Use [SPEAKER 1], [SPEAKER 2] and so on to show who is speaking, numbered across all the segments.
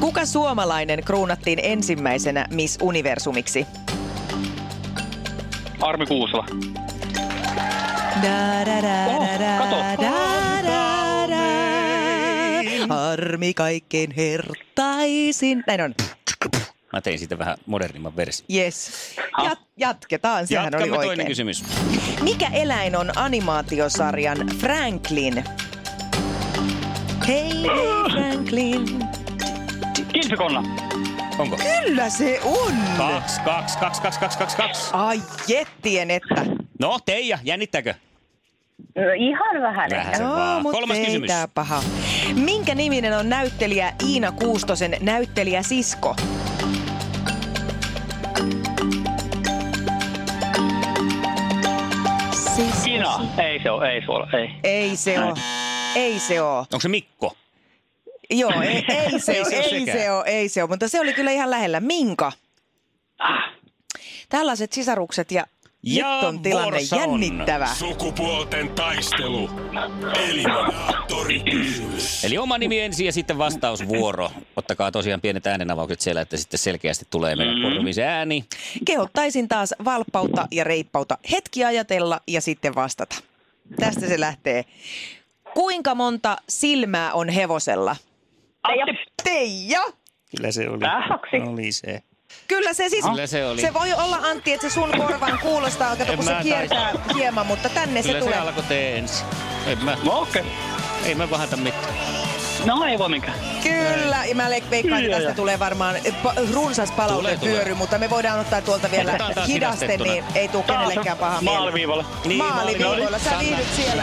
[SPEAKER 1] Kuka suomalainen kruunattiin ensimmäisenä Miss Universumiksi?
[SPEAKER 2] Armi Kuusela.
[SPEAKER 1] Da, da, da,
[SPEAKER 3] Oho,
[SPEAKER 1] da, da,
[SPEAKER 3] kato.
[SPEAKER 1] da, da, da. Harmi kaikkein hertaisin. Näin on.
[SPEAKER 3] Mä tein siitä vähän modernimman version.
[SPEAKER 1] Yes. Jat- jatketaan, sehän
[SPEAKER 3] Jatkamme
[SPEAKER 1] oli oikein.
[SPEAKER 3] toinen kysymys.
[SPEAKER 1] Mikä eläin on animaatiosarjan Franklin? Hei,
[SPEAKER 3] Ah!
[SPEAKER 1] hei Franklin.
[SPEAKER 2] Kilpikonna.
[SPEAKER 3] Onko?
[SPEAKER 1] Kyllä se on.
[SPEAKER 3] Kaksi, kaksi, kaksi, kaksi, kaksi, kaksi, kaksi.
[SPEAKER 1] Ai jettien, että.
[SPEAKER 3] No, Teija, jännittääkö?
[SPEAKER 4] No, ihan vähän.
[SPEAKER 3] Vähän se
[SPEAKER 1] Joo,
[SPEAKER 3] vaan.
[SPEAKER 1] mut
[SPEAKER 3] Kolmas
[SPEAKER 1] ei
[SPEAKER 3] kysymys.
[SPEAKER 1] tää paha. Minkä niminen on näyttelijä Iina Kuustosen näyttelijä sisko? Sisko.
[SPEAKER 2] Ina. Ei se ole, ei se ole, ei.
[SPEAKER 1] Ei se oo. Ei se oo.
[SPEAKER 3] Onko se Mikko?
[SPEAKER 1] Joo, ei, ei se
[SPEAKER 3] Ei
[SPEAKER 1] oo,
[SPEAKER 3] se oo
[SPEAKER 1] ei
[SPEAKER 3] sekään.
[SPEAKER 1] se oo, ei se oo. Mutta se oli kyllä ihan lähellä. Minka?
[SPEAKER 2] Ah.
[SPEAKER 1] Tällaiset sisarukset ja,
[SPEAKER 3] Ja
[SPEAKER 1] nyt on tilanne
[SPEAKER 3] vuorossa on.
[SPEAKER 1] jännittävä.
[SPEAKER 5] Sukupuolten taistelu. Eliminaattorikysymys.
[SPEAKER 3] Eli oma nimi ensin ja sitten vastausvuoro. Ottakaa tosiaan pienet äänenavaukset siellä, että sitten selkeästi tulee meidän korviin se ääni.
[SPEAKER 1] Kehottaisin taas valppautta ja reippauta hetki ajatella ja sitten vastata. Tästä se lähtee. Kuinka monta silmää on hevosella? Teija!
[SPEAKER 3] Kyllä se oli.
[SPEAKER 1] Äh.
[SPEAKER 2] Tähäksi.
[SPEAKER 3] Oli se.
[SPEAKER 1] Kyllä se siis,
[SPEAKER 3] Kyllä se oli.
[SPEAKER 1] se voi olla Antti, että se sun korvaan kuulostaa, kato,
[SPEAKER 3] En
[SPEAKER 1] kun se
[SPEAKER 3] mä
[SPEAKER 1] kiertää hieman, mutta tänne
[SPEAKER 3] Kyllä
[SPEAKER 1] se tulee.
[SPEAKER 3] se alkoi tee ensin. En mä,
[SPEAKER 2] No okei.
[SPEAKER 3] ei mä vahata mitään.
[SPEAKER 2] No ei voi minkään.
[SPEAKER 1] Kyllä, ja mä le- veikkaan, että
[SPEAKER 2] Kyllä.
[SPEAKER 1] tästä tulee varmaan eh, pa- runsas
[SPEAKER 3] Tulee, tulee.
[SPEAKER 1] palautevyöry, mutta me voidaan ottaa tuolta vielä
[SPEAKER 3] Otetaan taas
[SPEAKER 1] hidaste,
[SPEAKER 3] hidastettuna.
[SPEAKER 1] niin ei tule
[SPEAKER 2] Taas
[SPEAKER 1] kenellekään paha mieli.
[SPEAKER 2] Maaliviivalle.
[SPEAKER 3] Niin,
[SPEAKER 1] Maaliviivoilla, sä
[SPEAKER 3] Sanna.
[SPEAKER 1] viihdyt siellä.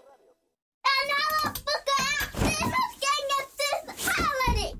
[SPEAKER 6] loppukaa! This is kengät this holiday!